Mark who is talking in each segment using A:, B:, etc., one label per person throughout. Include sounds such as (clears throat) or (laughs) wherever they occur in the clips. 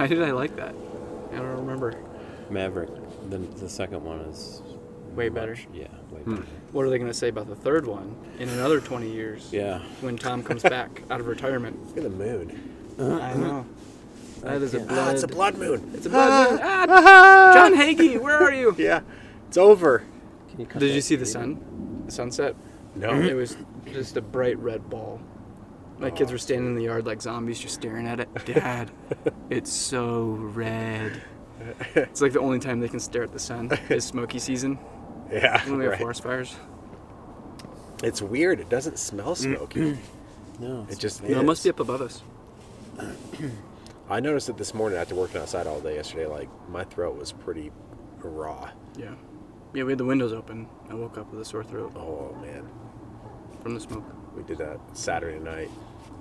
A: (laughs) did I like that? I don't remember.
B: Maverick. The, the second one is
A: Way better.
B: Yeah, way better.
A: What are they going to say about the third one in another 20 years?
B: Yeah.
A: When Tom comes back out of retirement.
C: Look at the moon.
A: I know. That is a blood.
C: Ah, it's a blood moon.
A: It's a blood. moon. Ah, John Hagee, where are you?
C: Yeah, it's over.
B: Can you cut
A: Did
B: that
A: you see the
B: video?
A: sun? The sunset?
C: No.
A: It was just a bright red ball. My kids were standing in the yard like zombies, just staring at it. Dad, it's so red. It's like the only time they can stare at the sun is smoky season
C: Yeah, (laughs)
A: when we have
C: right.
A: forest fires.
C: It's weird. It doesn't smell smoky.
B: No.
C: it just
A: No, it must
C: is.
A: be up above us.
C: I noticed it this morning after working outside all day yesterday. Like my throat was pretty raw.
A: Yeah. Yeah, we had the windows open. I woke up with a sore throat
C: Oh man,
A: from the smoke.
C: we did that Saturday night.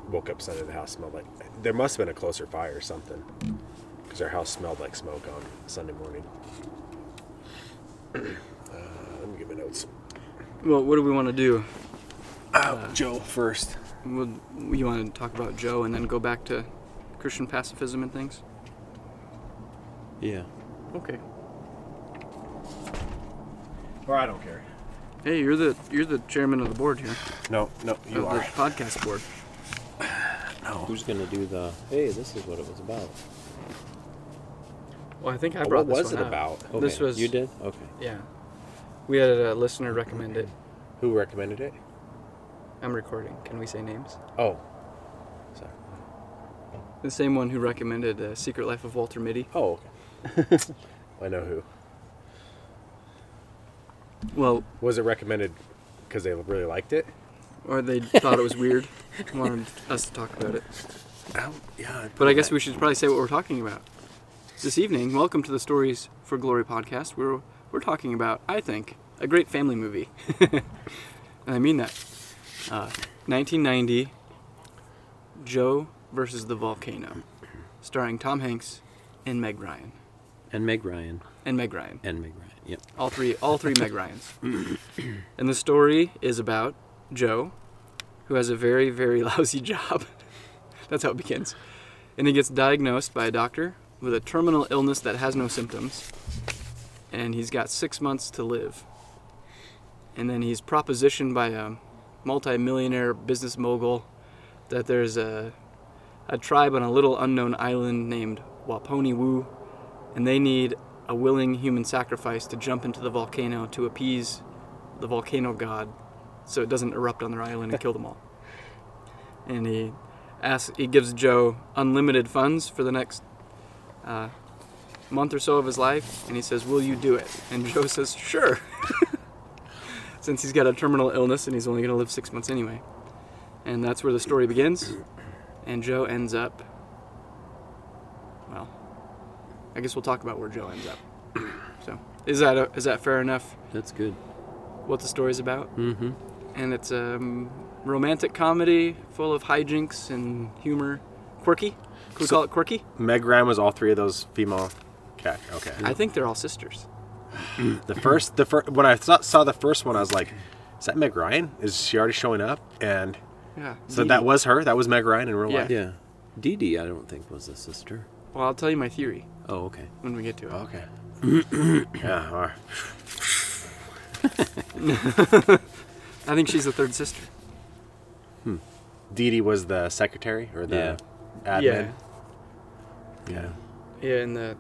C: Woke up Sunday, the house smelled like there must have been a closer fire or something, because our house smelled like smoke on Sunday morning. (clears throat) uh, let me get my notes.
A: Well, what do we want to do?
C: Joe first.
A: Well, you want to talk about Joe and then go back to Christian pacifism and things?
B: Yeah.
A: Okay.
C: Or I don't care.
A: Hey, you're the you're the chairman of the board here.
C: No, no, you
A: of
C: are.
A: the podcast board.
C: No.
B: Who's gonna do the? Hey, this is what it was about.
A: Well, I think I
C: What
A: brought this one
C: was it
A: up.
C: about?
B: Okay.
A: This was
B: you did. Okay.
A: Yeah, we had a listener recommend it.
C: Who recommended it?
A: I'm recording. Can we say names?
C: Oh, sorry.
A: The same one who recommended uh, Secret Life of Walter Mitty.
C: Oh, okay. (laughs) I know who.
A: Well,
C: Was it recommended because they really liked it?
A: or they thought it was weird, wanted us to talk about it.
C: yeah.
A: But I guess we should probably say what we're talking about this evening. Welcome to the Stories for Glory podcast. We're we're talking about, I think, a great family movie, (laughs) and I mean that. Uh, 1990, Joe versus the volcano, starring Tom Hanks and Meg Ryan,
B: And Meg Ryan.
A: and Meg Ryan,
B: And Meg Ryan. Yep.
A: all three, all three Meg Ryans. And the story is about Joe, who has a very, very (laughs) lousy job. That's how it begins. And he gets diagnosed by a doctor with a terminal illness that has no symptoms. And he's got six months to live. And then he's propositioned by a multimillionaire business mogul that there's a, a tribe on a little unknown island named Waponi Wu, and they need a willing human sacrifice to jump into the volcano to appease the volcano god so it doesn't erupt on their island and kill them all. And he asks, he gives Joe unlimited funds for the next uh, month or so of his life, and he says, "Will you do it?" And Joe (laughs) says, "Sure," since he's got a terminal illness and he's only going to live six months anyway. And that's where the story begins. And Joe ends up. Well, I guess we'll talk about where Joe ends up. (clears throat) So, is that a, is that fair enough?
B: That's good.
A: What the story's about?
B: Mm-hmm.
A: and it's a um, romantic comedy full of hijinks and humor. Quirky? Could we call it quirky?
C: Meg Ryan was all three of those female. Okay, okay.
A: I think they're all sisters.
C: The first, the first when I saw, saw the first one, I was like, "Is that Meg Ryan? Is she already showing up?" And
A: Yeah.
C: so that was her. That was Meg Ryan in real
A: Yeah.
C: life.
B: Yeah. Dee Dee, I don't think was a sister.
A: Well, I'll tell you my theory
B: Oh, okay.
A: when we get to it.
C: Okay. (clears throat) yeah. All right.
A: I think she's the third
C: (laughs)
A: sister.
C: Dee Dee was the secretary or the admin. Yeah.
A: Yeah. Yeah, in the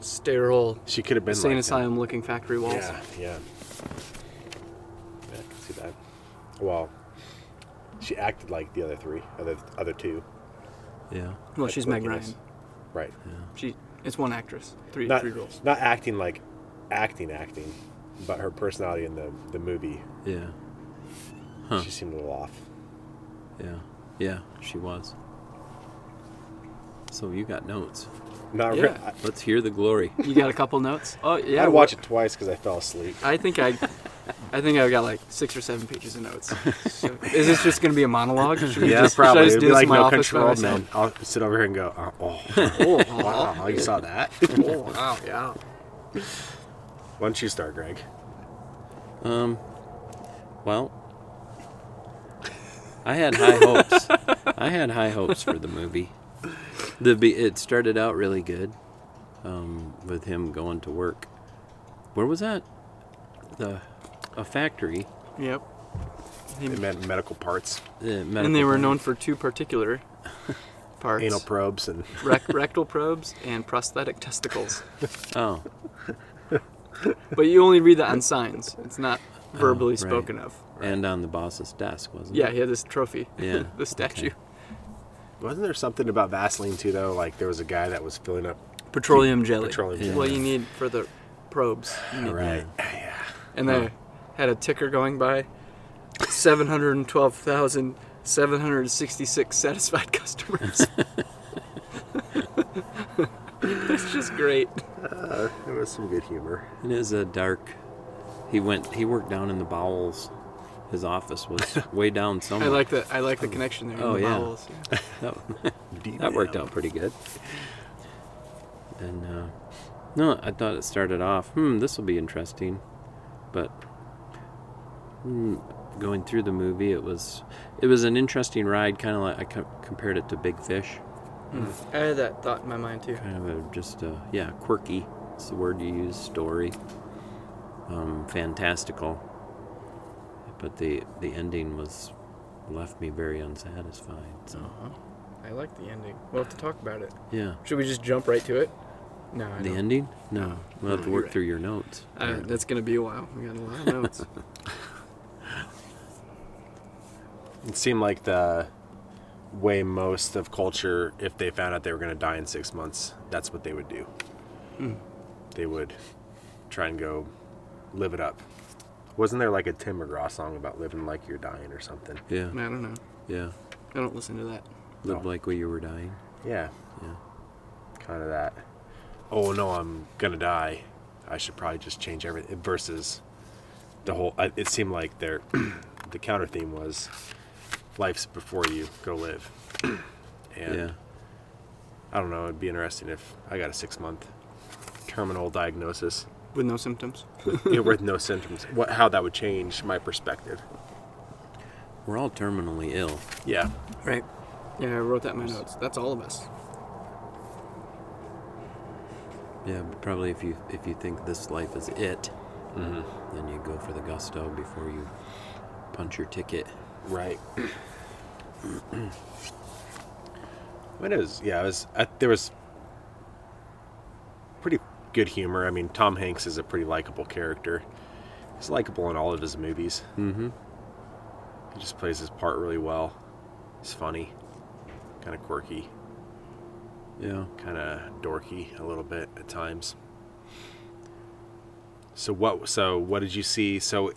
A: sterile
C: She could have been
A: insane
C: like uh, that.
A: asylum looking factory walls.
C: Yeah, yeah. Yeah, I can see that. Well, she acted like the other three, other other two.
B: Yeah.
A: Well,
C: Like
A: she's Meg Ryan.
C: wickedness. Right.
A: She it's one actress. Three
C: Not
A: three
C: (laughs)
A: roles.
C: not acting like acting acting, but her personality in the the movie,
B: Yeah.
C: she seemed a little off.
B: Yeah. Yeah. She was. So you got notes.
C: Not
A: Yeah.
C: really. I,
B: Let's hear the glory.
A: You got a couple notes? Oh yeah.
C: I watched
A: well,
C: it twice because I fell asleep.
A: I think I I think I've got like six or seven pages of notes. So, is this just gonna be a monologue? Should we just, should I just
C: It'd
A: do
C: be
A: this
C: like
A: in my
C: no
A: office by
C: control,
A: myself?
C: man. I'll sit over here and go. "Oh,
A: (laughs)
C: Oh, oh wow! You saw that?
A: Oh, wow, yeah.
C: Why don't you start, Greg?
B: Um. Well, I had high hopes. I had high hopes for the movie. the be- it started out really good um, with him going to work. Where was that? The a factory. uh,
A: Yep. He-
C: They meant medical parts,
B: The
A: and they were known for two particular parts:
C: anal probes, and
A: rec- rectal probes and prosthetic testicles.
B: Oh,
A: But you only read that on signs. It's not verbally
B: right.
A: spoken of.
B: and on the boss's desk wasn't
A: Yeah,
B: it?
A: he had this trophy.
B: Yeah,
A: (laughs) the statue.
B: okay.
C: wasn't there something about Vaseline too? Though, like there was a guy that was filling up.
A: Petroleum jelly.
C: Petroleum
B: Yeah. jelly.
A: Well, you need for the probes. You need-
B: Right.
A: And they had a ticker going by 712,766 satisfied (laughs) customers. That's just great.
C: (laughs) There was some good humor.
B: It is a dark. He went. He worked down in the bowels. His
A: (laughs)
B: office was way down
A: I
B: somewhere.
A: like that. I like the connection there. in
B: Oh,
A: the
B: yeah.
A: (laughs) vowels, yeah.
B: that.
C: Deep
B: That worked
C: down.
B: out pretty good. And uh, no, I thought it started off. Hmm, this will be interesting, but mm, going through the movie, it was it was an interesting ride. Kind of like I co- compared it to Big Fish.
A: I had that thought in my mind too.
B: Kind of a just a yeah quirky. It's the word you use. Story. Um, fantastical. But the the ending was left me very unsatisfied. So
A: Uh-huh. I like the ending. We'll have to talk about it.
B: yeah.
A: Should we just jump right to it? No, I
B: The
A: don't.
B: ending? No. We'll have
A: No,
B: to
A: you're
B: work
A: right.
B: through your notes.
A: Uh, that's gonna be a while. We got a lot of (laughs) notes.
C: It seemed like the way most of culture, if they found out they were going to die in six months, that's what they would do.
B: Hmm.
C: They would try and go live it up. Wasn't there like a Tim McGraw song about living like you're dying or something?
B: Yeah.
A: I don't know.
B: Yeah.
A: I don't listen to that.
B: Live
C: No.
B: like when you were dying.
C: Yeah,
B: Yeah.
C: kind of that. Oh no, I'm going to die. I should probably just change everything. Versus the whole, I- it seemed like their (clears throat) the counter theme was life's before you, go live. (clears throat) and
B: yeah.
C: I don't know. It'd be interesting if I got a six month terminal diagnosis
A: With no symptoms.
C: with, (laughs) you know, with no symptoms. What, how that would change my perspective.
B: We're all terminally ill.
C: Yeah.
A: Right. Yeah, I wrote that in my notes. That's all of us.
B: Yeah, but probably if you if you think this life is it, then you go for the gusto before you punch your ticket.
C: Right. when it was, yeah, it was. I, there was pretty good humor. I mean, Tom Hanks is a pretty likable character. He's likable in all of his movies.
B: Mm-hmm.
C: He just plays his part really well. He's funny, kind of quirky,
B: Yeah.
C: kind of dorky a little bit at times. So what? So what did you see? So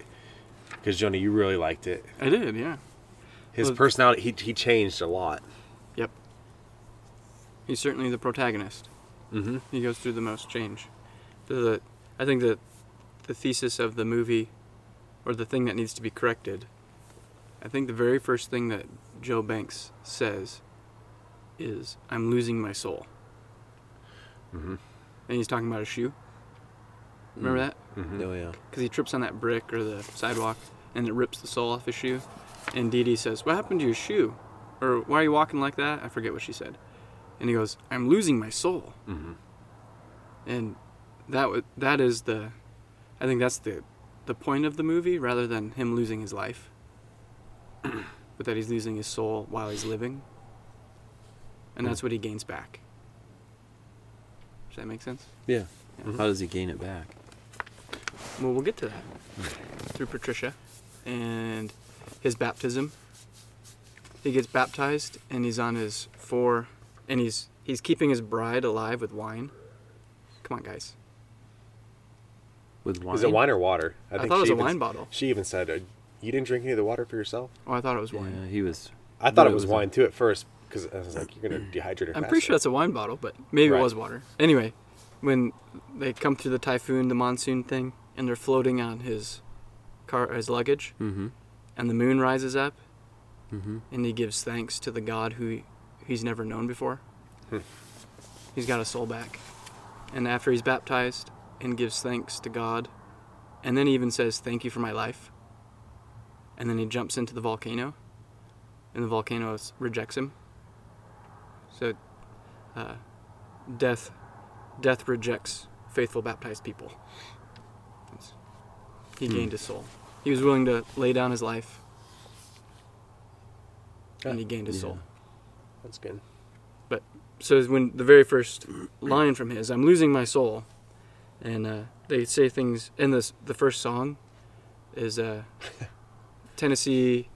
C: because Joni, you really liked it.
A: I did, yeah.
C: His
A: Well-
C: personality, he he changed a lot.
A: Yep. He's certainly the protagonist.
C: Mm-hmm.
A: He goes through the most change. The, the I think that the thesis of the movie, or the thing that needs to be corrected, I think the very first thing that Joe Banks says is, "I'm losing my soul."
C: Mhm.
A: And he's talking about a shoe. Remember that?
B: Oh yeah.
A: because he trips on that brick or the sidewalk and it rips the sole off his shoe. And Dee Dee says, What happened to your shoe? Or why are you walking like that? I forget what she said. And he goes, I'm losing my soul.
C: Mhm.
A: And that wa that is the, I think that's the, the point of the movie rather than him losing his life, (clears throat) but that he's losing his soul while he's living. And that's what he gains back. Does that make sense?
B: Yeah. How does he gain it back?
A: Well, we'll get to that through Patricia and his baptism. He gets baptized and he's on his four, and he's he's keeping his bride alive with wine. Come on, guys.
B: With wine.
C: Is it wine or water?
A: I, thought it was
C: she
A: a
C: even-
A: wine bottle.
C: She even said, uh, "You didn't drink any of the water for yourself."
A: Oh, I thought it was wine.
B: Yeah, he was.
C: I thought
B: No,
C: it was
B: a-
C: wine too at first because I was like, "You're gonna dehydrate." her
A: I'm pretty
C: faster."
A: sure that's a wine bottle, but maybe
C: Right.
A: it was water. Anyway, when they come through the typhoon, the monsoon thing, and they're floating on his car, his luggage,
B: Mm-hmm.
A: and the moon rises up,
B: Mhm.
A: and he gives thanks to the God who he- he's never known before. he's got his soul back. And after he's baptized and gives thanks to God, and then he even says, Thank you for my life. And then he jumps into the volcano, and the volcano s- rejects him. So uh, death death rejects faithful baptized people. It's- He gained his soul. He was willing to lay down his life, and he gained his
B: Yeah.
A: soul.
C: That's good.
A: so is when the very first line from his, "I'm losing my soul," and uh, they say things in this. The first song is uh, Tennessee.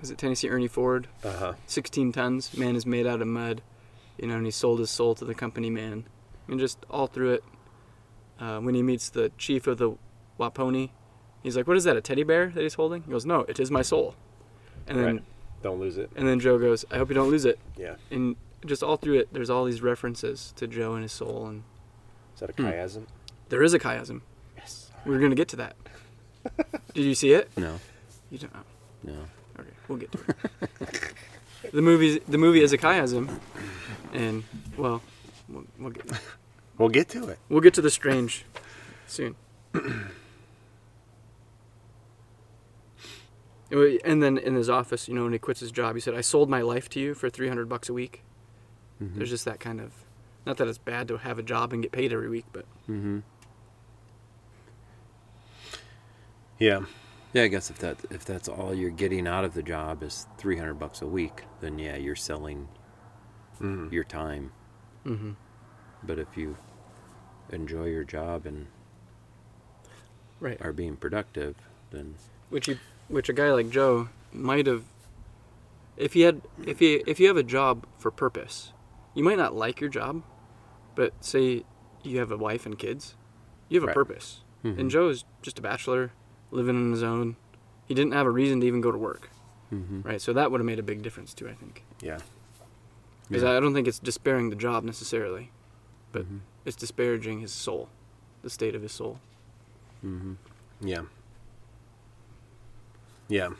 A: Was it Tennessee Ernie Ford?
C: Uh huh.
A: 16 tons. Man is made out of mud, you know, and he sold his soul to the company man. And just all through it, uh, when he meets the chief of the Waponi, he's like, "What is that? A teddy bear that he's holding?" He goes, "No, it is my soul." And then,
C: Right. Don't lose it.
A: and then Joe goes, "I hope you don't lose it."
C: Yeah.
A: and just all through it, there's all these references to Joe and his soul, and
C: Is that a
B: Hmm.
C: chiasm?
A: there is a chiasm.
C: Yes.
A: We're gonna get to that. Did you see it?
B: No,
A: You don't know.
B: no.
A: Okay, we'll get to it. the movie, the movie is a chiasm, and well, we'll, we'll get
C: We'll get to it.
A: we'll get to the strange soon. (clears throat) And then in his office, you know, when he quits his job, he said, "I sold my life to you for three hundred bucks a week." There's just that kind of, not that it's bad to have a job and get paid every week, but
B: Mm-hmm.
C: Yeah.
B: Yeah, I guess if that if that's all you're getting out of the job is 300 bucks a week, then yeah, you're selling
C: Mm.
B: your time.
A: mm-hmm.
B: But if you enjoy your job and
A: right.
B: are being productive, then
A: Which you, which a guy like Joe might have, if he had, if he, if you have a job for purpose, you might not like your job, but say you have a wife and kids, you have a
C: Right.
A: purpose.
B: Mhm.
A: And Joe is just a bachelor, living on his own. He didn't have a reason to even go to work,
B: Mhm.
A: right? So that would have made a big difference too, I think.
C: Yeah.
A: Because
B: Yeah.
A: I don't think it's despairing the job necessarily, but it's disparaging his soul, the state of his soul.
C: Yeah. Yeah.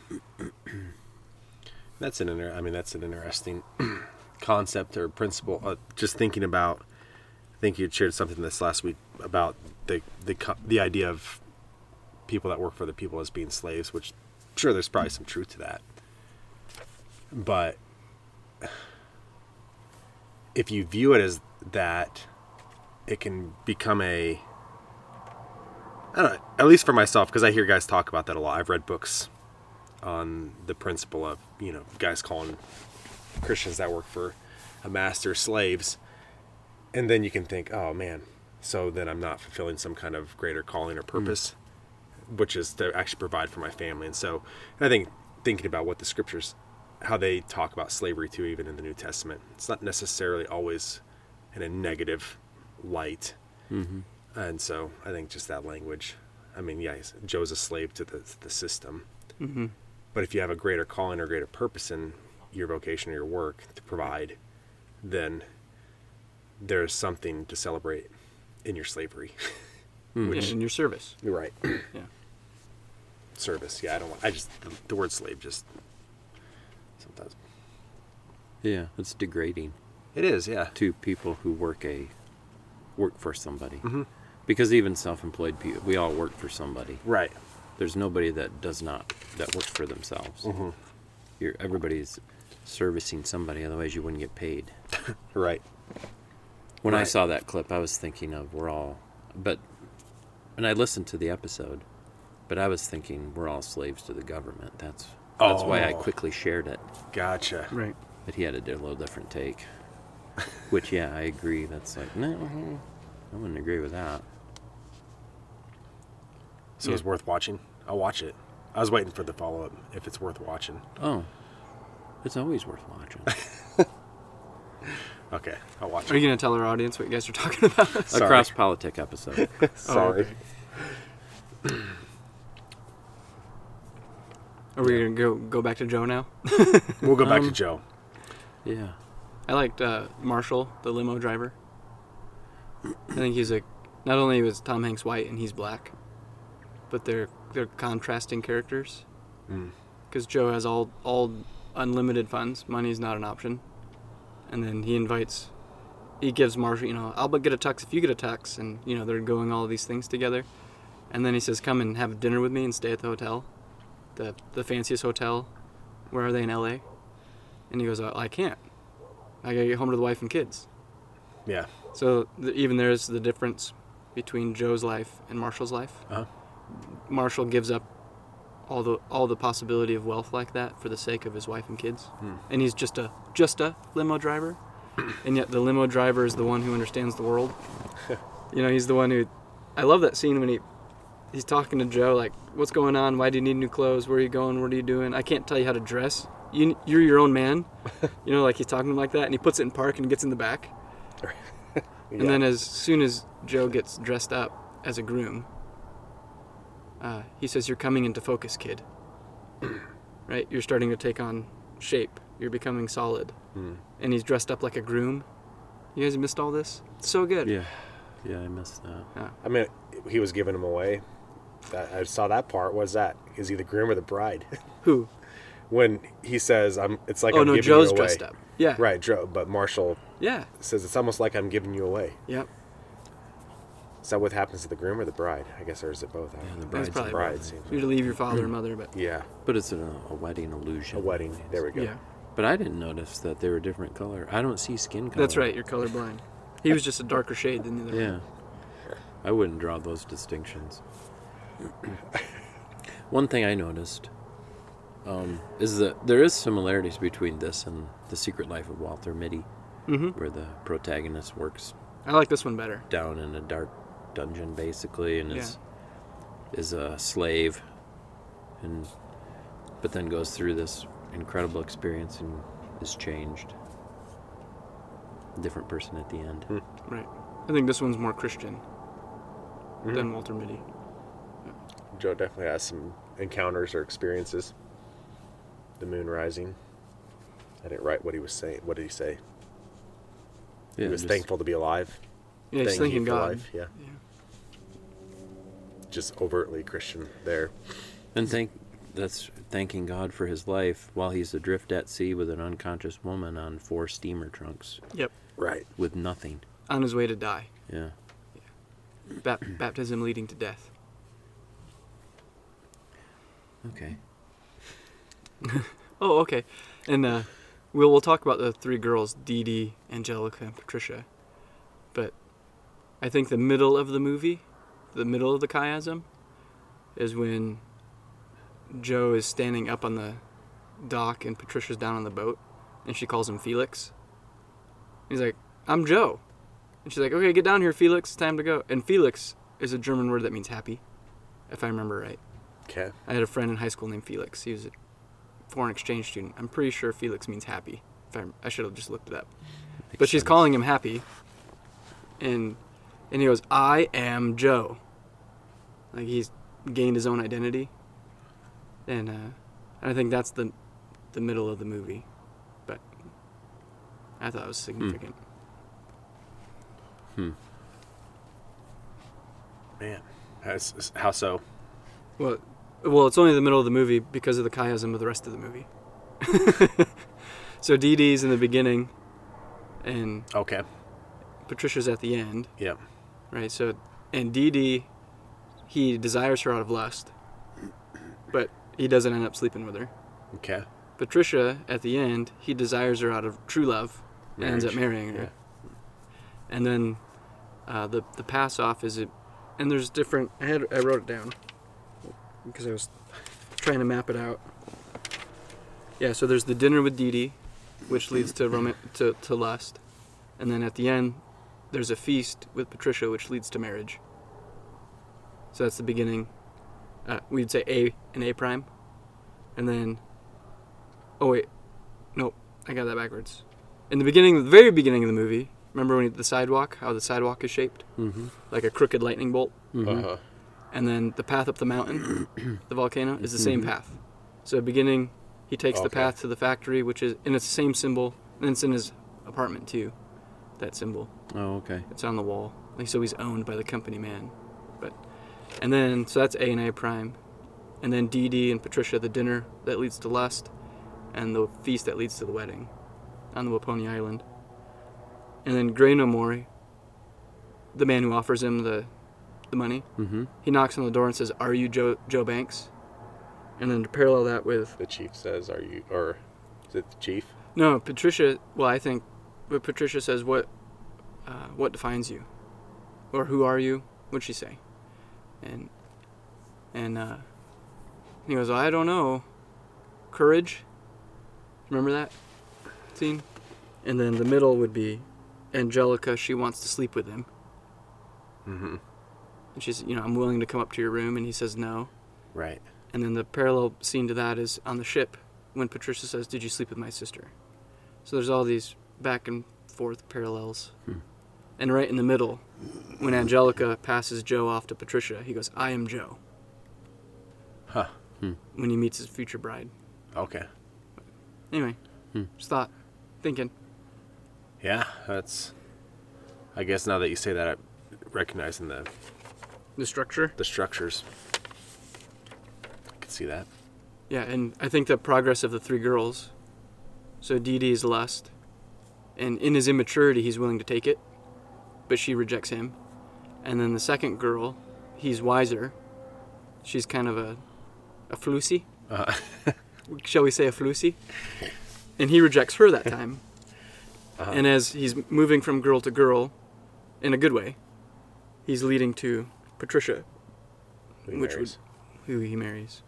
C: (clears throat) that's an inter- I mean that's an interesting (clears throat) concept or principle. Uh, just thinking about I think you shared something this last week about the the co- the idea of people that work for the people as being slaves, which sure there's probably some truth to that. But if you view it as that, it can become a I don't know, at least for myself, because I hear guys talk about that a lot. I've read books on the principle of, you know, guys calling Christians that work for a master slaves. And then you can think, oh man, so then I'm not fulfilling some kind of greater calling or purpose, which is to actually provide for my family. And so and I think thinking about what the scriptures, how they talk about slavery too, even in the New Testament, it's not necessarily always in a negative light. And so I think just that language. I mean, yeah, he's- Joe's a slave to the, the system.
A: Mm-hmm.
C: But if you have a greater calling or greater purpose in your vocation or your work to provide, then there's something to celebrate in your slavery. (laughs)
A: Which in your service,
C: You're right. (clears throat)
A: yeah.
C: Service. Yeah, I don't. I just the, the word slave just sometimes
B: yeah, it's degrading
C: it is. Yeah.
B: to people who work a work for somebody.
C: Mhm.
B: Because even self-employed people, we all work for somebody.
C: Right.
B: There's nobody that does not that works for themselves. You're everybody's servicing somebody, otherwise you wouldn't get paid.
C: Right.
B: When I
C: Right.
B: saw that clip, I was thinking of we're all, but, and I listened to the episode, but I was thinking we're all slaves to the government. That's that's why I
C: Oh.
B: quickly shared it.
C: Gotcha.
A: Right.
B: But he had a di- little different take, which yeah, I agree. That's like no, I wouldn't agree with that.
C: So it's worth watching. I'll watch it. I was waiting for the follow up. If it's worth watching.
B: Oh, it's always worth watching.
C: Okay, I'll watch
A: Are
C: it.
A: you gonna tell our audience what you guys are talking (laughs) about?
B: A
C: (laughs) Sorry.
B: cross politic episode. (laughs)
C: Sorry.
A: Oh, okay. Are we gonna go go back to Joe now?
C: We'll go back to
A: Um,
C: Joe.
B: Yeah.
A: I liked uh, Marshall, the limo driver. I think he's a not only was Tom Hanks white and he's black, but they're they're contrasting characters.
C: Mm.
A: Because Joe has all all unlimited funds, money's not an option, and then he invites, he gives Marshall, you know, I'll but get a tux if you get a tux, and you know they're going all these things together, and then he says, come and have dinner with me and stay at the hotel, the the fanciest hotel, where are they in L.A. And he goes, "Oh, I can't. I gotta get home to the wife and kids.
C: Yeah.
A: So th- even there's the difference between Joe's life and Marshall's life.
C: Uh-huh.
A: Marshall gives up all the all the possibility of wealth like that for the sake of his wife and kids, and he's just a just a limo driver, and yet the limo driver is the one who understands the world. you know, he's the one who. I love that scene when he he's talking to Joe like, "What's going on? Why do you need new clothes? Where are you going? What are you doing? I can't tell you how to dress. You, you're your own man." you know, like he's talking to him like that, and he puts it in park and gets in the back.
C: Yeah.
A: And then as soon as Joe gets dressed up as a groom, uh, he says, "You're coming into focus,
C: (clears throat)
A: kid. right? You're starting to take on shape. You're becoming solid."
C: Mm.
A: And he's dressed up like a groom. You guys missed all this. It's so good.
B: Yeah. Yeah, I missed that.
C: I mean, he was giving him away. I, I saw that part. What's that? Is he the groom or the bride? (laughs)
A: Who?
C: when he says, "I'm," it's like
A: oh
C: I'm
A: no,
C: giving
A: Joe's
C: you away.
A: dressed up. Yeah.
C: Right, Joe. But Marshall
A: Yeah.
C: says it's almost like I'm giving you away.
A: Yep.
C: Is that what happens to the groom or the bride? I guess, or is it both? I don't
B: Yeah, the
C: know.
A: That's
B: bride's
A: probably
B: bride.
C: bride
A: right.
C: seems
A: You leave your father and
C: Hmm.
A: mother, but
C: Yeah,
B: But it's a, a wedding illusion.
C: a wedding. There we go.
A: yeah.
B: But I didn't notice that they were different color. I don't see skin color.
A: That's right. You're colorblind. He was just a darker shade than the other.
B: Yeah. I wouldn't draw those distinctions. One thing I noticed um, is that there is similarities between this and The Secret Life of Walter Mitty,
A: hmm
B: where the protagonist works
A: I like this one better.
B: down in a dark dungeon basically and is is a slave and but then goes through this incredible experience and is changed. Different person at the end.
A: Right. I think this one's more Christian
C: Hmm.
A: than Walter Mitty.
C: Joe definitely has some encounters or experiences. The moon rising. I didn't write what he was saying. What did he say?
B: Yeah,
C: he was
B: just-
C: thankful to be alive.
A: Yeah, he's
C: Thank
A: thanking
C: you for
A: God.
C: life, yeah.
A: Yeah.
C: Just overtly Christian there.
B: And thank that's thanking God for his life while he's adrift at sea with an unconscious woman on four steamer trunks
A: Yep.
C: Right.
B: with nothing.
A: On his way to die.
B: Yeah.
A: Bap- baptism leading to death.
B: Okay.
A: Oh, okay. And uh, we'll we'll talk about the three girls, Dee Dee, Angelica, and Patricia. But I think the middle of the movie, the middle of the chiasm, is when Joe is standing up on the dock and Patricia's down on the boat, and she calls him Felix. He's like, "I'm Joe," and she's like, "Okay, get down here, Felix. It's time to go." And Felix is a German word that means happy, if I remember right.
C: Okay.
A: I had a friend in high school named Felix. He was a foreign exchange student. I'm pretty sure Felix means happy. If I'm, I should have just looked it up. But she's calling him happy, and and he goes, "I am Joe." Like he's gained his own identity, and uh, and I think that's the the middle of the movie. But I thought it was significant.
C: Man. That's- how so?
A: Well, well, it's only the middle of the movie because of the chiasm of the rest of the movie. (laughs) so Dee Dee's in the beginning, and
C: Okay.
A: Patricia's at the end,
C: Yeah.
A: right? So, and Dee Dee, he desires her out of lust, but he doesn't end up sleeping with her.
C: Okay.
A: Patricia, at the end, he desires her out of true love, and ends up marrying her. And then uh, the the pass off is it, and there's different. I had I wrote it down because I was trying to map it out. Yeah, so there's the dinner with Dee Dee, which leads to roman to, to lust, and then at the end, there's a feast with Patricia, which leads to marriage. So that's the beginning. Uh, we'd say A and A prime, and then Oh wait, nope, I got that backwards. In the beginning, the very beginning of the movie, remember when the sidewalk, how the sidewalk is shaped,
B: Mm-hmm.
A: like a crooked lightning bolt,
C: Uh-huh.
A: Mm-hmm. and then the path up the mountain, the volcano, is the same path. So at the beginning, he takes the
C: Okay.
A: path to the factory, which is and it's the same symbol, and it's in his apartment too. That symbol,
B: Oh, okay.
A: it's on the wall. Like so, he's owned by the company man, but and then so that's A and A prime, and then Dee Dee and Patricia, the dinner that leads to lust, and the feast that leads to the wedding on the Waponi Island. And then Grey Nomori, the man who offers him the, the money,
B: Mm-hmm.
A: he knocks on the door and says, Are you Joe, Joe Banks? And then to parallel that with,
C: The chief says, "Are you?" Or is it the chief?
A: no, Patricia, well, I think, but Patricia says, What, uh, what defines you, or who are you? What'd she say? And and uh, he goes, I don't know. Courage. Remember that scene? And then the middle would be Angelica. She wants to sleep with him,
C: Mm-hmm.
A: and she's, you know, I'm willing to come up to your room, and he says no.
C: Right.
A: And then the parallel scene to that is on the ship when Patricia says, Did you sleep with my sister? So there's all these back and forth parallels. And right in the middle, when Angelica passes Joe off to Patricia, he goes, I am Joe,
C: Huh.
A: when he meets his future bride.
C: Okay.
A: Anyway, just thought, thinking.
C: Yeah, that's. I guess now that you say that, I'm recognizing the
A: The structure?
C: the structures. I can see that.
A: Yeah, and I think the progress of the three girls. So Dee Dee is lust, and in his immaturity, he's willing to take it, but she rejects him. And then the second girl, he's wiser. She's kind of a, a floozy.
C: Uh,
A: (laughs) Shall we say a floozy? And he rejects her that time. And as he's moving from girl to girl, in a good way, he's leading to Patricia,
C: who
A: Which (laughs)
C: marries?
A: who he marries.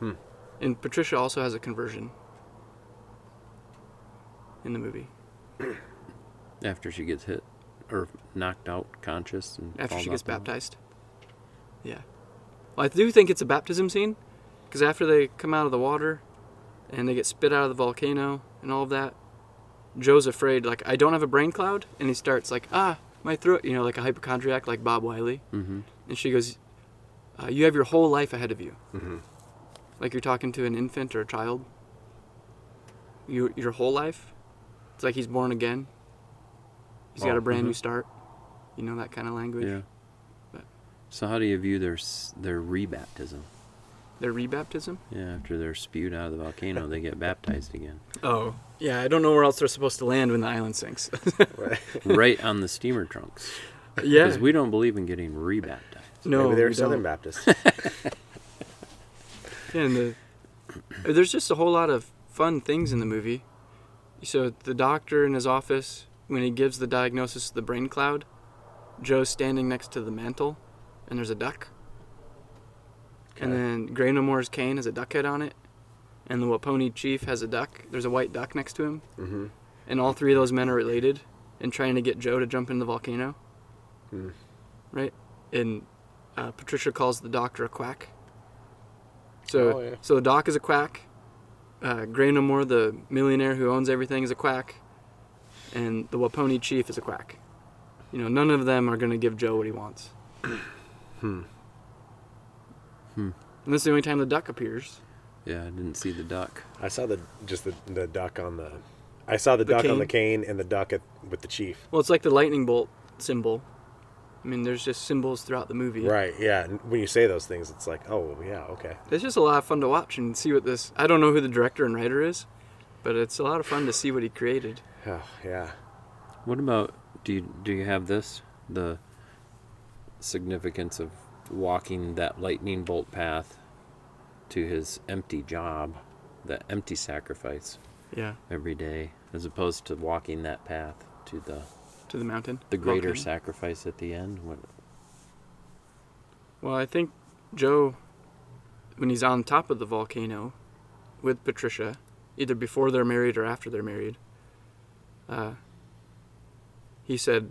C: Hmm.
A: And Patricia also has a conversion in the movie
B: after she gets hit or knocked out conscious and
A: after
B: falls
A: she gets
B: off the-
A: baptized. Yeah. Well, I do think it's a baptism scene because after they come out of the water and they get spit out of the volcano and all of that, Joe's afraid, like, I don't have a brain cloud. And he starts, like, ah, my throat, you know, like a hypochondriac, like Bob Wiley.
B: Mhm.
A: And she goes, uh, You have your whole life ahead of you.
C: Mhm.
A: Like you're talking to an infant or a child. You, your whole life. It's like he's born again. He's got
C: Oh,
A: a brand new
B: mhm.
A: start. You know that kind of language.
B: Yeah.
A: But-
B: So how do you view their s- their rebaptism?
A: Their rebaptism.
B: Yeah, after they're spewed out of the volcano, they get
A: (laughs)
B: baptized again,
A: Oh, yeah. I don't know where else they're supposed to land when the island sinks. (laughs)
B: right on the steamer trunks,
A: yeah.
B: because we don't believe in getting rebaptized.
A: no,
C: Maybe they're
A: we
C: Southern
A: don't. (laughs)
C: Baptist.
A: Yeah, and the, there's just a whole lot of fun things in the movie. So the doctor in his office, when he gives the diagnosis of the brain cloud, Joe's standing next to the mantle, and there's a duck. And
C: Okay.
A: then Grey No More's cane has a duck head on it, and the Waponi chief has a duck. There's a white duck next to him,
C: hmm
A: and all three of those men are related and trying to get Joe to jump in the volcano.
C: Hmm.
A: Right? And uh, Patricia calls the doctor a quack. So,
C: Oh, yeah.
A: so the doc is a quack. Uh, Gray No More, the millionaire who owns everything, is a quack. And the Waponi chief is a quack. You know, none of them are going to give Joe what he wants.
C: (clears throat) Hmm.
B: Hmm.
A: And this is the only time the duck appears.
B: Yeah, I didn't see the duck.
C: I saw the just the, the duck on the. I saw the,
A: The
C: duck on the cane and the duck at, with the chief.
A: Well, it's like the lightning bolt symbol. I mean, there's just symbols throughout the movie.
C: Right. Yeah. and When you say those things, it's like, oh yeah, okay. (sighs)
A: It's just a lot of fun to watch and see what this. I don't know who the director and writer is, but it's a lot of fun to see what he created.
C: Oh, yeah.
B: What about do you do you have this the significance of walking that lightning bolt path to his empty job, the empty sacrifice
A: Yeah,
B: every day, as opposed to walking that path to the
A: to the mountain.
B: the greater
A: Mountain.
B: sacrifice at the end? What,
A: Well, I think Joe, when he's on top of the volcano with Patricia, either before they're married or after they're married, uh, he said,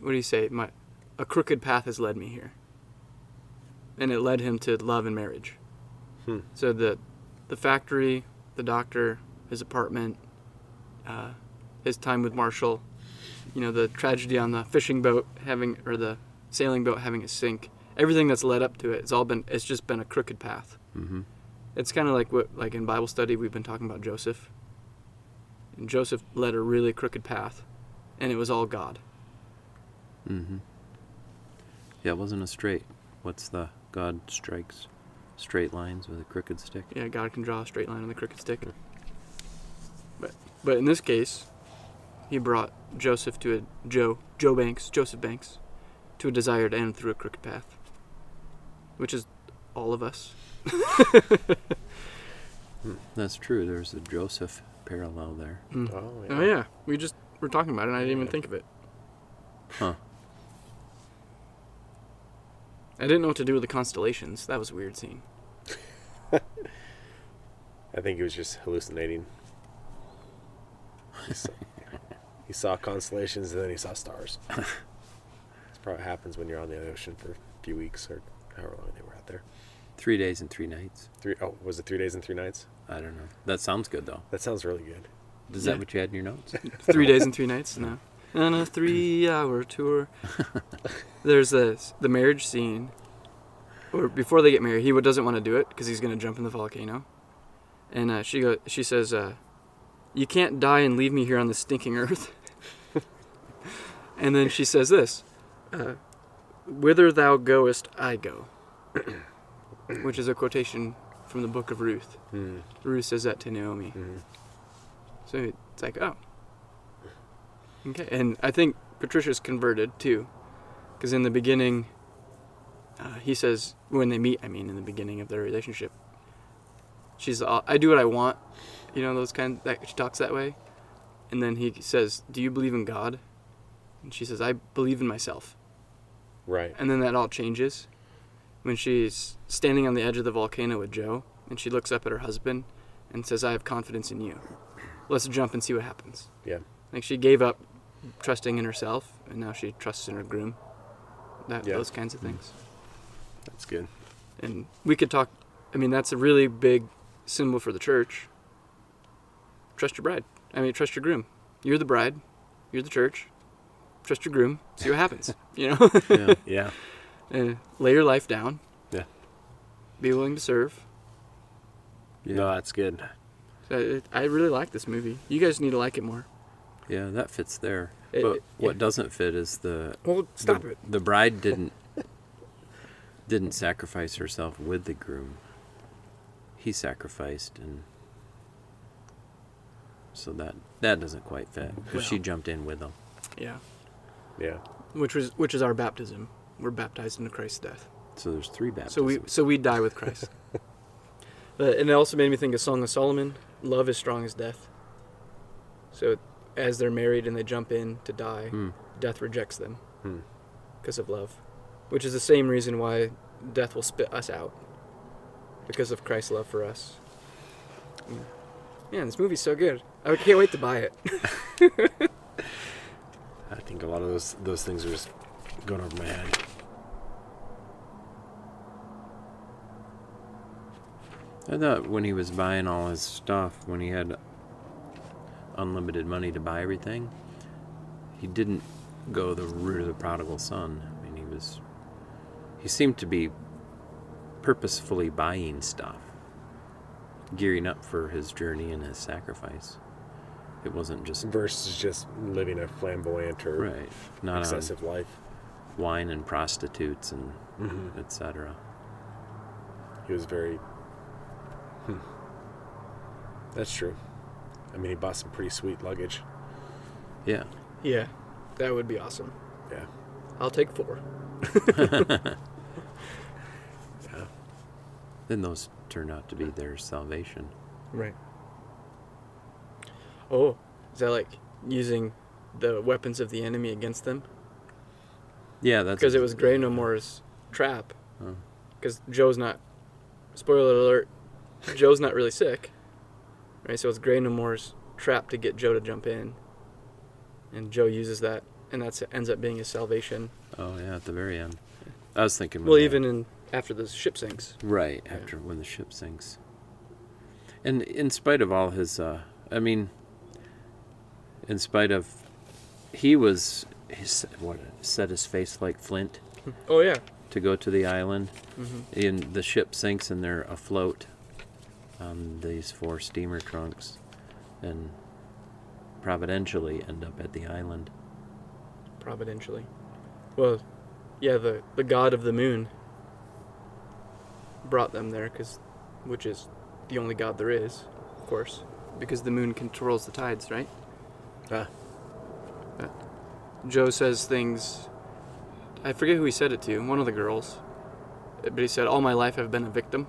A: What do you say? My, a crooked path has led me here. And it led him to love and marriage.
C: Hmm.
A: So the, the factory, the doctor, his apartment, uh, his time with Marshall, you know, the tragedy on the fishing boat having, or the sailing boat having a sink. Everything that's led up to it, it's all been it's just been a crooked path.
B: mm-hmm.
A: It's kind of like what like in Bible study we've been talking about Joseph. And Joseph led a really crooked path, and it was all God.
B: Mm-hmm. Yeah, it wasn't a straight. What's the God strikes straight lines with a crooked stick?
A: Yeah, God can draw a straight line on the crooked stick. But but in this case, he brought Joseph to a Joe Joe Banks Joseph Banks to a desired end through a crooked path, which is all of us.
B: That's true. There's a Joseph parallel there.
A: Mm.
C: Oh yeah.
A: Oh yeah, we just we're talking about it, and I didn't even think of it.
B: Huh.
A: I didn't know what to do with the constellations. That was a weird scene.
C: I think he was just hallucinating. He saw, (laughs) he saw constellations and then he saw (laughs) stars. That's probably what happens when you're on the ocean for a few weeks or however long they were out there.
B: Three days and three nights.
C: Three oh, was it three days and three nights?
B: I don't know. That sounds good though.
C: That sounds really good.
B: Is
A: Yeah.
B: that what you had in your notes?
A: Three days and three nights. No, on a three-hour tour. There's this the marriage scene, or before they get married, he doesn't want to do it because he's gonna jump in the volcano, and uh, she go she says, uh, "You can't die and leave me here on this stinking earth." (laughs) and then she says this, uh, "Whither thou goest, I go," which is a quotation from the Book of Ruth.
C: Hmm.
A: Ruth says that to Naomi.
C: Mhm.
A: So it's like, oh. Okay, and I think Patricia's converted too, because in the beginning, uh, he says when they meet. I mean, in the beginning of their relationship, she's all, I do what I want, you know those kind. That she talks that way, and then he says, "Do you believe in God?" And she says, "I believe in myself."
C: Right.
A: And then that all changes when she's standing on the edge of the volcano with Joe and she looks up at her husband and says, I have confidence in you. Let's jump and see what happens.
C: Yeah.
A: Like she gave up trusting in herself and now she trusts in her groom. That,
C: Yeah. Mm-hmm.
A: Those kinds of things.
C: That's good.
A: And we could talk, I mean, that's a really big symbol for the church. Trust your bride. I mean, trust your groom. You're the bride, you're the church. Trust your groom, see what happens, (laughs) you know?
B: yeah.
C: (laughs) (laughs) Yeah.
A: uh, lay your life down.
C: Yeah.
A: Be willing to serve.
B: Yeah.
C: No, that's good.
A: So it, I really like this movie. You guys need to like it more.
B: Yeah, that fits there.
A: It-
B: but
A: it-
B: what doesn't fit is the
A: Well,
B: the, The bride didn't didn't sacrifice herself with the groom. He sacrificed, and so that that doesn't quite fit because she
A: Well.
B: jumped in with him.
A: Yeah.
C: Yeah.
A: Which was which is our baptism. We're baptized into Christ's death.
B: So there's three baptisms.
A: So we so we die with Christ. but, and it also made me think of Song of Solomon. Love is strong as death. So as they're married and they jump in to die,
B: Hmm.
A: death rejects them
C: Hmm.
A: because of love, which is the same reason why death will spit us out because of Christ's love for us. Yeah. Man, this movie's so good. I can't wait to buy it.
C: I think a lot of those those things are just going over my head.
B: I thought when he was buying all his stuff, when he had unlimited money to buy everything, he didn't go the route of the prodigal son. I mean, he was. He seemed to be purposefully buying stuff, gearing up for his journey and his sacrifice. It wasn't just.
C: Versus just living a flamboyant or
B: Right. Not on
C: excessive life.
B: wine and prostitutes and
C: Mm-hmm.
B: etc.
C: He was very. Hmm. That's true. I mean, he bought some pretty sweet luggage.
B: Yeah.
A: Yeah, that would be awesome.
C: Yeah.
A: I'll take four.
B: Then those turned out to be their salvation.
A: Right. Oh, is that like using the weapons of the enemy against them?
B: Yeah, that's
A: Because it was Grey No More's trap.
B: Oh.
A: Because Joe's not. Spoiler alert. Joe's not really sick. Right, so it's Grey No More's trap to get Joe to jump in. And Joe uses that, and that ends up being his salvation.
B: Oh yeah, at the very end. I was thinking. when
A: Well,
B: the-
A: even in after the ship sinks.
B: right after when the ship sinks. And in spite of all his, uh, I mean, in spite of, he was his what set his face like flint
A: Oh yeah,
B: to go to the island,
A: Mm-hmm.
B: and the ship sinks and they're afloat on these four steamer trunks, and providentially end up at the island.
A: providentially. Well, yeah, the the god of the moon brought them there, cause, which is the only god there is, of course, because the moon controls the tides, right?
C: Ah,
A: Joe says things. I forget who he said it to, one of the girls. But he said, All my life I've been a victim.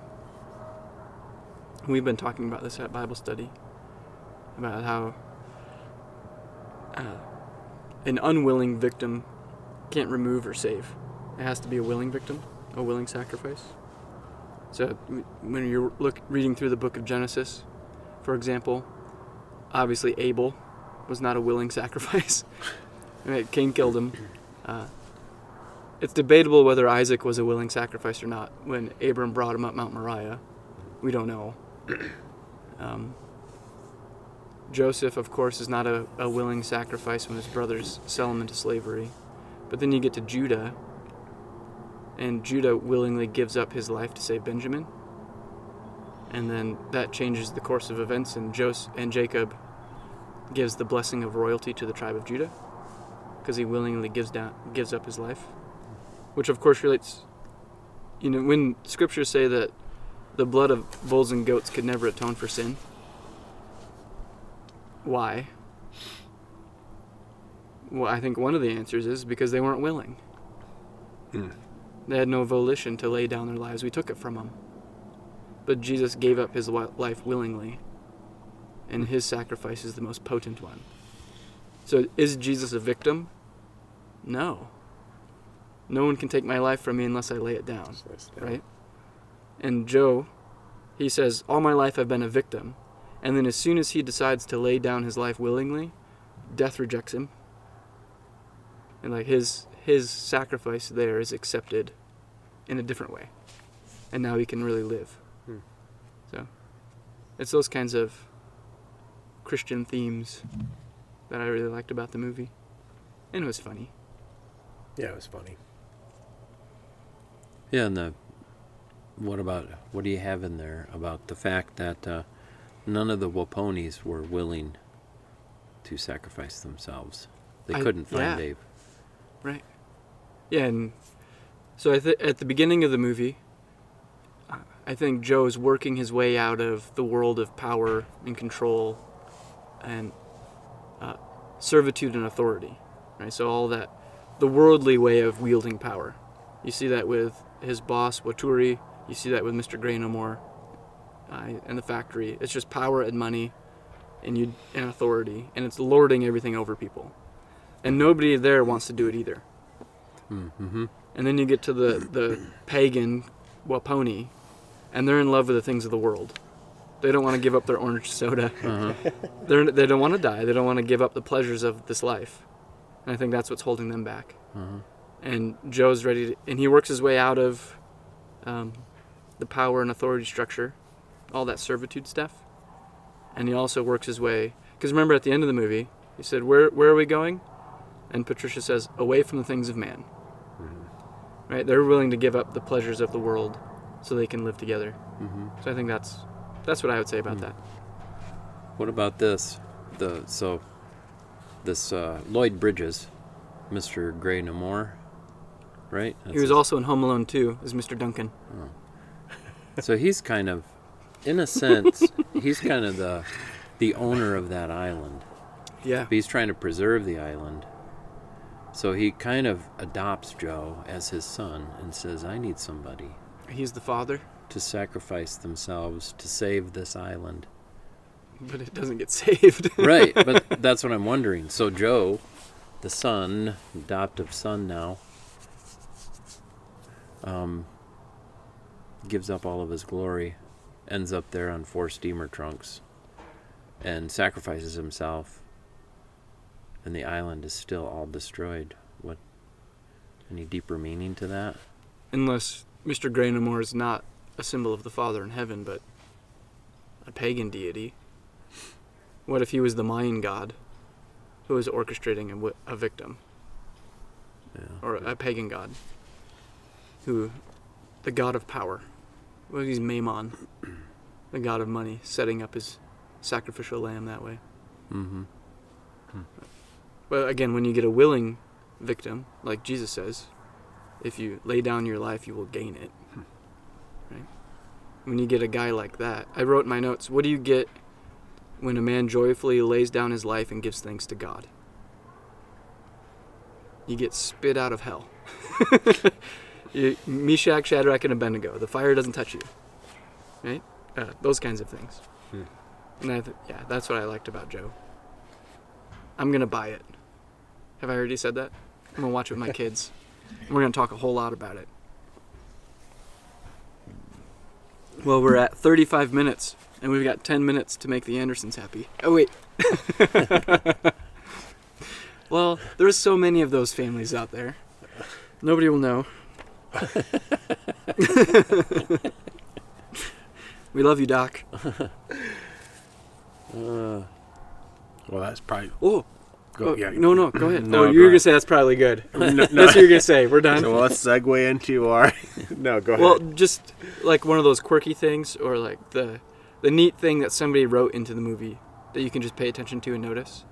A: We've been talking about this at Bible study about how an unwilling victim can't remove or save. It has to be a willing victim, a willing sacrifice. So w- when you're look reading through the book of Genesis, for example, obviously Abel was not a willing (laughs) sacrifice. I mean, Cain killed him. Uh, it's debatable whether Isaac was a willing sacrifice or not. When Abram brought him up Mount Moriah, we don't know. (clears throat) Um, Joseph, of course, is not a, a willing sacrifice when his brothers sell him into slavery. But then you get to Judah, and Judah willingly gives up his life to save Benjamin. And then that changes the course of events, and, Jos- and Jacob gives the blessing of royalty to the tribe of Judah because he willingly gives, down, gives up his life. Which, of course, relates. You know, when scriptures say that the blood of bulls and goats could never atone for sin, why? Well, I think one of the answers is because they weren't willing.
C: Mm.
A: They had no volition to lay down their lives. We took it from them. But Jesus gave up his wi- life willingly, and his sacrifice is the most potent one. So is Jesus a victim? No. No one can take my life from me unless I lay it down
C: Just nice down.
A: right? And Joe, he says, All my life I've been a victim. And then as soon as he decides to lay down his life willingly, death rejects him. And like his his sacrifice there is accepted in a different way. And now he can really live.
C: Hmm.
A: So it's those kinds of Christian themes that I really liked about the movie. And it was funny.
C: Yeah, it was funny.
B: Yeah, and the what about what do you have in there about the fact that uh, none of the Waponies were willing to sacrifice themselves? They
A: I-
B: couldn't find
A: yeah.
B: Dave.
A: Right. Yeah, and so I th- at the beginning of the movie, uh, I think Joe's working his way out of the world of power and control and uh, servitude and authority. Right? So all that, the worldly way of wielding power. You see that with his boss, Waturi. You see that with Mr. Gray no more uh, and the factory. It's just power and money and, you, and authority, and it's lording everything over people and nobody there wants to do it either.
B: Mm-hmm.
A: And then you get to the the pagan Waponi, and they're in love with the things of the world. They don't want to give up their orange soda.
B: Uh-huh.
A: They're, they don't want to die. They don't want to give up the pleasures of this life. And I think that's what's holding them back.
B: Uh-huh.
A: And Joe's ready, to, and he works his way out of um, the power and authority structure, all that servitude stuff. And he also works his way, because remember at the end of the movie, he said, "Where where are we going?" And Patricia says, "Away from the things of man." Right? They're willing to give up the pleasures of the world so they can live together.
B: Mm-hmm.
A: So I think that's that's what I would say about that.
B: What about this? The so this uh, Lloyd Bridges, Mr. Gray No More, right?
A: He was
B: That's
A: also in Home Alone 2 as Mr. Duncan.
B: his- so he's kind of, in a sense, he's kind of the the owner of that island.
A: Yeah.
B: But he's trying to preserve the island. So he kind of adopts Joe as his son and says, "I need somebody
A: He's the father,
B: to sacrifice themselves to save this island."
A: but it doesn't get (laughs) saved.
B: right but that's what i'm wondering so joe the son adoptive son now um, gives up all of his glory ends up there on four steamer trunks and sacrifices himself and the island is still all destroyed what any deeper meaning to that
A: Unless Mr. Grey no more is not a symbol of the father in heaven, but a pagan deity. What if he was the Mayan god who was orchestrating a, wi- a victim?
B: yeah
A: or a pagan god, who, the god of power, well, he's Maimon, the god of money, setting up his sacrificial lamb that way.
B: mm-hmm
A: But again, when you get a willing victim, like Jesus says, if you lay down your life, you will gain it. Right? When you get a guy like that, I wrote in my notes, what do you get when a man joyfully lays down his life and gives thanks to God? You get spit out of hell. (laughs) you, Meshach, Shadrach, and Abednego. The fire doesn't touch you. Right? Uh, those kinds of things.
C: Hmm.
A: And I th- yeah, that's what I liked about Joe. I'm going to buy it. Have I already said that? I'm gonna watch it with my
C: (laughs)
A: kids. We're gonna talk a whole lot about it. Well, we're at 35 minutes, and we've got 10 minutes to make the Andersons happy. Oh
C: (laughs)
A: wait. well, there's so many of those families out there. Nobody will
C: (laughs)
A: know. we love you, Doc.
B: Uh,
C: Well, that's probably.
A: Oh,
C: Go,
A: oh,
C: yeah.
A: no, no, go ahead.
B: No,
A: oh,
B: go
A: you were gonna
B: ahead.
A: say that's probably good. (laughs)
C: no,
A: That's what you're gonna say. We're done.
C: So well, let's segue into our. (laughs) no, go ahead.
A: Well, just like one of those quirky things, or like the the neat thing that somebody wrote into the movie that you can just pay attention to and notice.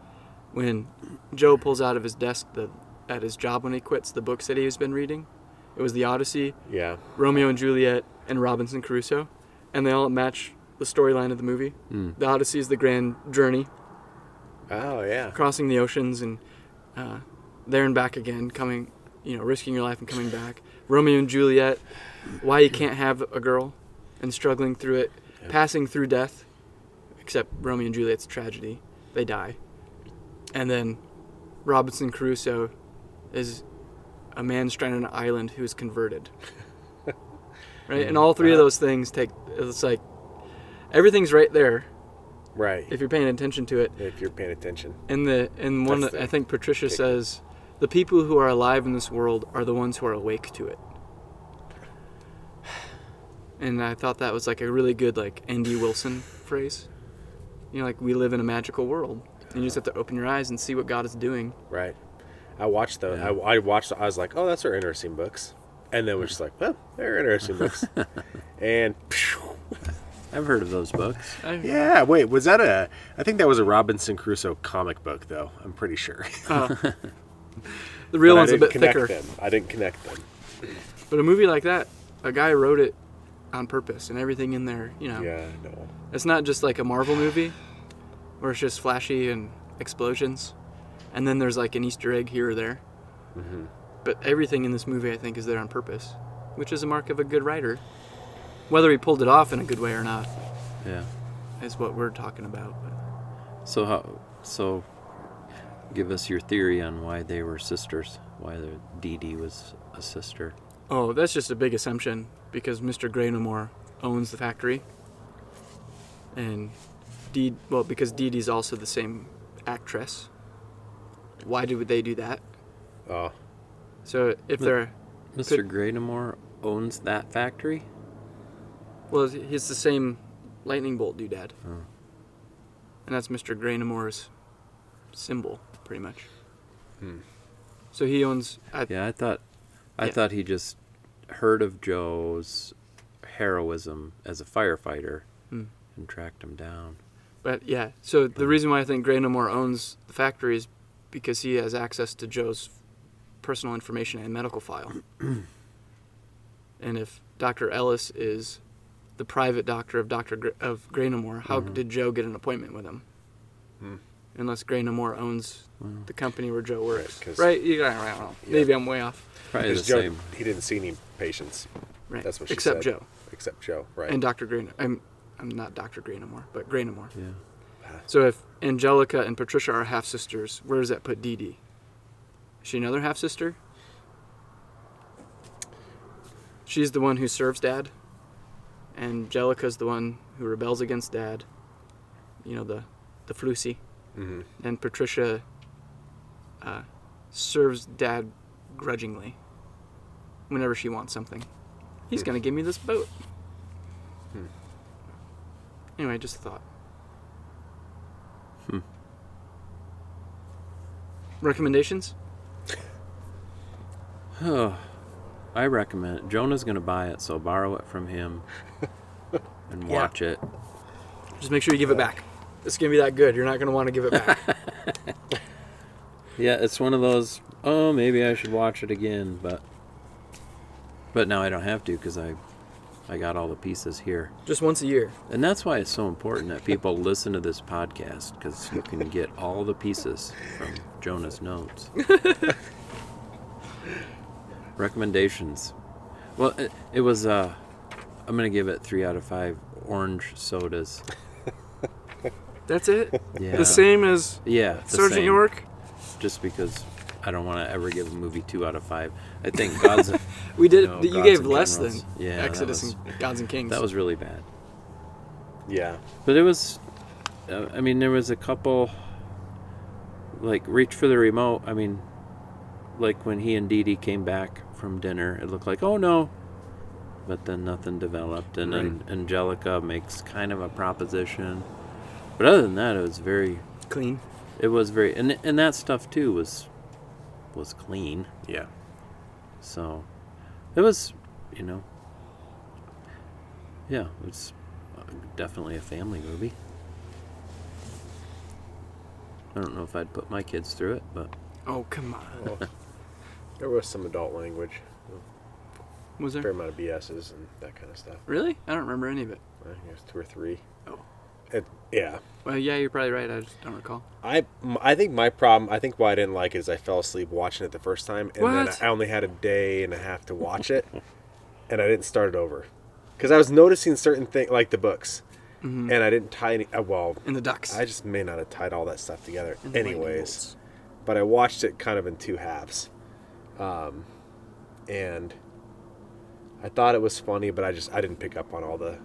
A: When Joe pulls out of his desk the at his job when he quits the books that he has been reading, it was the Odyssey,
C: yeah.
A: Romeo and Juliet, and Robinson Crusoe, and they all match the storyline of the movie.
B: Hmm.
A: The Odyssey is the grand journey,
C: Oh yeah.
A: crossing the oceans and uh, there and back again, coming, you know, risking your life and coming back. Romeo and Juliet, why you can't have a girl and struggling through it, passing through death, except Romeo and Juliet's tragedy, they die. And then Robinson Crusoe is a man stranded on an island who is converted. right? And all three of those things take, it's like, everything's right there
C: Right.
A: if you're paying attention to it.
C: if you're paying attention.
A: And the and one
C: That's the
A: I think Patricia
C: kicker.
A: says, the people who are alive in this world are the ones who are awake to it. (sighs) And I thought that was like a really good like Andy Wilson phrase. You know, like we live in a magical world, and you just have to open your eyes and see what God is doing.
C: Right. I watched the.
B: Yeah.
C: I, I watched. I was like, oh, that's are interesting books. And then we're just like, well, they're interesting (laughs) books. and
B: I've heard of those books.
A: I,
C: yeah, wait, was that a? I think that was a Robinson Crusoe comic book, though. I'm pretty sure.
A: the (laughs) real
C: But I
A: one's a
C: didn't
A: bit
C: connect
A: thicker,
C: Them. I didn't connect them.
A: but a movie like that, a guy wrote it on purpose, and everything in there, you know,
C: Yeah, no.
A: It's not just like a Marvel movie where it's just flashy and explosions, and then there's like an Easter egg here or there. But everything in this movie, I think, is there on purpose, which is a mark of a good writer. Whether he pulled it off in a good way or not
B: Yeah.
A: is what we're talking about. But
B: So how? So, give us your theory on why they were sisters. Why the Dee Dee was a sister.
A: Oh, that's just a big assumption because Mr. Grey no more owns the factory. And Dee, well, because Dee Dee's also the same actress. Why did they do that?
C: Oh,
A: So if they're
B: Mr.
A: Could-
B: Graydamore owns that factory.
A: Well, he's the same lightning bolt doodad. And that's Mr. Grainamore's symbol, pretty much. So he owns. I,
B: Yeah, I thought, I
A: Yeah.
B: thought he just heard of Joe's heroism as a firefighter and tracked him down.
A: But yeah, so the reason why I think Grainamore owns the factory is because he has access to Joe's personal information and medical
C: (clears throat)
A: file. and if Dr. Ellis is the private doctor of Dr. Gr- of Grainamore, how
C: Mm-hmm.
A: did Joe get an appointment with him?
C: Hmm.
A: Unless Grainamore owns the company where Joe works,
C: 'cause-
A: right? You, I don't know. Maybe I'm way off.
B: Probably the
C: because Joe,
B: same.
C: he didn't see any patients.
A: Right.
C: That's what she
A: Except
C: said.
A: Joe
C: Except Joe, right?
A: and Dr. Grain. I'm I'm not Dr. Grainamore, but Grainamore.
B: Yeah.
A: So if Angelica and Patricia are half sisters, where does that put Dee Dee? Is she another half sister? She's the one who serves dad. Angelica's the one who rebels against dad. You know, the, the Flusy.
C: Mhm.
A: And Patricia uh, serves dad grudgingly whenever she wants something. He's going to give me this boat.
B: Hmm.
A: Anyway, just a thought.
B: Hmm.
A: Recommendations?
B: I recommend Jonah's gonna buy it, so borrow it from (laughs) him and
A: Yeah.
B: watch it.
A: Just make sure you give it back. It's gonna be that good. You're not gonna want to give it back.
B: (laughs) Yeah, it's one of those. Oh, maybe I should watch it again, but but now I don't have to because I I got all the pieces here,
A: Just once a year.
B: and that's why it's so important that people (laughs) listen to this podcast because you can get all the pieces from Jonah's notes. Recommendations. Well, it, it was. Uh, I'm gonna give it three out of five orange sodas.
A: That's it.
B: Yeah.
A: The same as
B: Yeah. the
A: Sergeant
B: same.
A: York.
B: just because I I don't want to ever give a movie two out of five. I think God's.
A: We did.
B: No,
A: th- you
B: Gods
A: gave
B: and
A: less
B: Generals.
A: than
B: Yeah, that
A: Exodus
B: was-
A: and Gods and Kings.
B: that was really bad.
C: Yeah.
B: But it was, uh, I mean, there was a couple, like reach for the remote. I mean, like when he and Dee Dee came back from dinner, it looked like oh no, but then nothing developed, and then Angelica makes kind of a proposition. But other than that, it was very,
A: clean.
B: it was very, and and that stuff too was, was clean.
C: Yeah.
B: So, it was, you know. Yeah, it's uh, definitely a family movie. I don't know if I'd put my kids through it, but
A: Oh come on.
C: there was some adult language,
A: Was
C: fair
A: there
C: amount of BSs and that kind of stuff.
A: really? I don't remember any of it.
C: I think it was two or three.
A: Oh.
C: It, yeah.
A: Well, yeah, you're probably right. I just don't recall.
C: I, m- I think my problem, I think why I didn't like it is I fell asleep watching it the first time, and then
A: What?
C: I only had a day and a half to watch it, and I didn't start it over, because I was noticing certain things like the books,
A: Mm-hmm.
C: and I didn't tie any. uh, Well,
A: In the ducks.
C: I just may not have tied all that stuff together,
A: And the lightning
C: anyways.
A: bolts.
C: But I watched it kind of in two halves, um, and I thought it was funny, but I just I didn't pick up on all the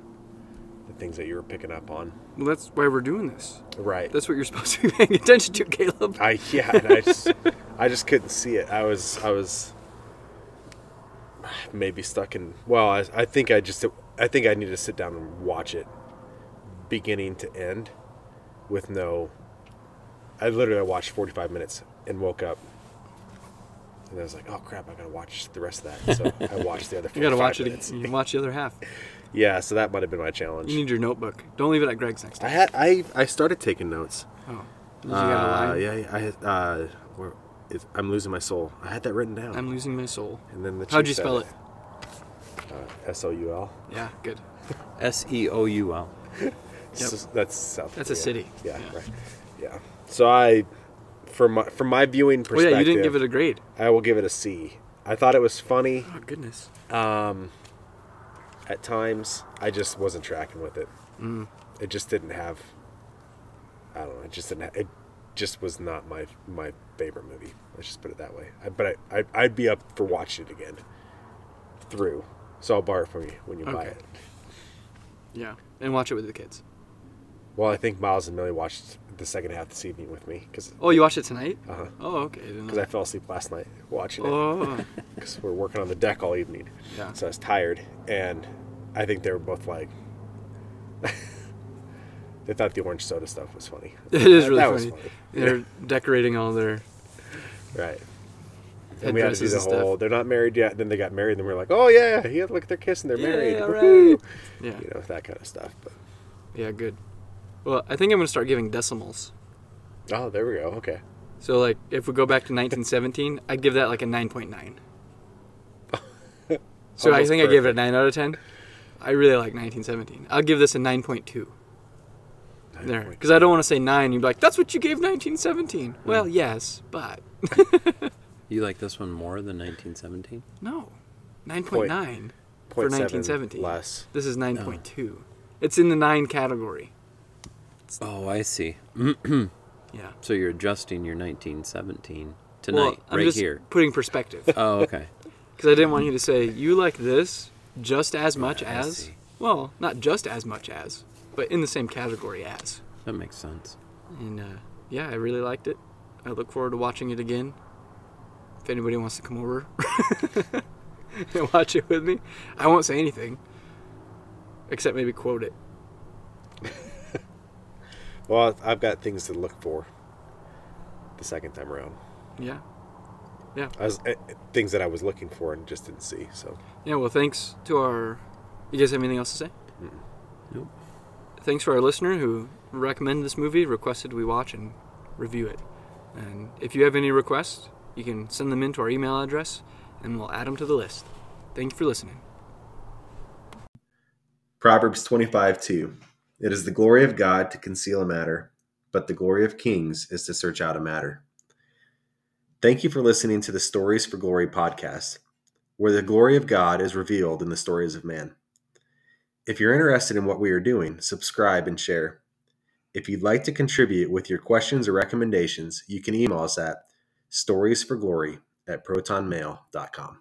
C: the things that you were picking up on.
A: Well, that's why we're doing this.
C: Right.
A: That's what you're (laughs) supposed to be paying attention to, Caleb.
C: I (laughs) yeah, and I just I just couldn't see it. I was I was maybe stuck in. Well, I, I think I just I think I need to sit down and watch it, beginning to end, with no. I literally watched forty five minutes and woke up. And I was like, "Oh crap! I gotta watch the rest of that." So I
A: (laughs)
C: watched the other.
A: You gotta
C: 45
A: watch
C: minutes.
A: it. You watch the other half.
C: Yeah, so that might have been my challenge.
A: You need your notebook. Don't leave it at Greg's next
C: I (laughs)
A: time.
C: had I I started taking notes.
A: Oh, you got a
C: Uh,
A: line.
C: yeah, yeah, I had, uh, where, it's, I'm losing my soul. I had that written down.
A: I'm losing my soul.
C: and then the
A: How'd
C: chief
A: you
C: said
A: spell it?
C: S O U L.
A: Yeah, good. Oh,
B: S E O U L.
C: S- That's South.
A: That's a
C: Korea.
A: city.
C: Yeah,
A: Yeah.
C: right. Yeah. So I, from my from my viewing
A: Oh
C: perspective,
A: yeah, you didn't give it a grade.
C: I will give it a C. I thought it was funny
A: Oh goodness.
C: at times. I just wasn't tracking with it.
A: Mm.
C: It just didn't have. I don't know. It just didn't. Ha- it just was not my my favorite movie. Let's just put it that way. I, but I, I I'd be up for watching it again. Through. So I'll borrow it from you when you buy
A: Okay.
C: it.
A: Yeah, and watch it with the kids.
C: Well, I think Miles and Millie watched the second half this evening with me because
A: Oh, you watched it tonight?
C: Uh-huh.
A: Oh, okay. I didn't know.
C: because I fell asleep last night watching it
A: Oh,
C: because we're working on the deck all evening.
A: Yeah.
C: (laughs) So I was tired, and I think they were both like, (laughs) they thought the orange soda stuff was funny.
A: (laughs) it is
C: That-
A: really
C: that
A: funny.
C: Was
A: They're decorating all their.
C: Right. And we had to do
A: Headdresses
C: the
A: and stuff.
C: whole. They're not married yet. Then they got married. And we were like, oh yeah, yeah, look, they're kissing. They're married.
A: Yeah,
C: Woohoo!
A: right. Yeah.
C: You know that kind of stuff. But
A: Yeah, good. Well, I think I'm gonna start giving decimals.
C: oh, there we go. Okay.
A: So like, if we go back to 1917, I'd give that like a 9.9. so I
C: Almost
A: think I gave it a 9 out of 10. I really like 1917. I'll give this a 9.2. There, because I don't want to say nine. You'd be like, "That's what you gave 1917." Well, yes, but
B: You like this one more than 1917?
A: no, 9.9 for
C: Point seven
A: 1917.
C: less.
A: This is 9.2. It's in the nine category.
B: Oh, I see.
A: Yeah.
B: So you're adjusting your 1917 tonight,
A: well, I'm
B: right
A: just
B: here.
A: putting perspective.
B: Oh, okay.
A: Because I didn't want you to say you like this just as much
B: I
A: as.
B: see.
A: Well, not just as much as, but in the same category as.
B: that makes sense.
A: And uh, yeah, I really liked it. I look forward to watching it again. If anybody wants to come over (laughs) and watch it with me, I won't say anything, except maybe quote it.
C: Well, I've got things to look for. The second time around.
A: Yeah.
C: I was uh, things that I was looking for and just didn't see. So
A: Yeah. Well, thanks to our. You guys have anything else to say?
B: Nope.
A: thanks for our listener who recommended this movie, requested we watch and review it. And if you have any requests, you can send them in to our email address and we'll add them to the list. Thank you for listening.
D: Proverbs 25 2. It is the glory of God to conceal a matter, but the glory of kings is to search out a matter. Thank you for listening to the Stories for Glory podcast, where the glory of God is revealed in the stories of man. If you're interested in what we are doing, subscribe and share. If you'd like to contribute with your questions or recommendations, you can email us at storiesforglory at protonmail.com.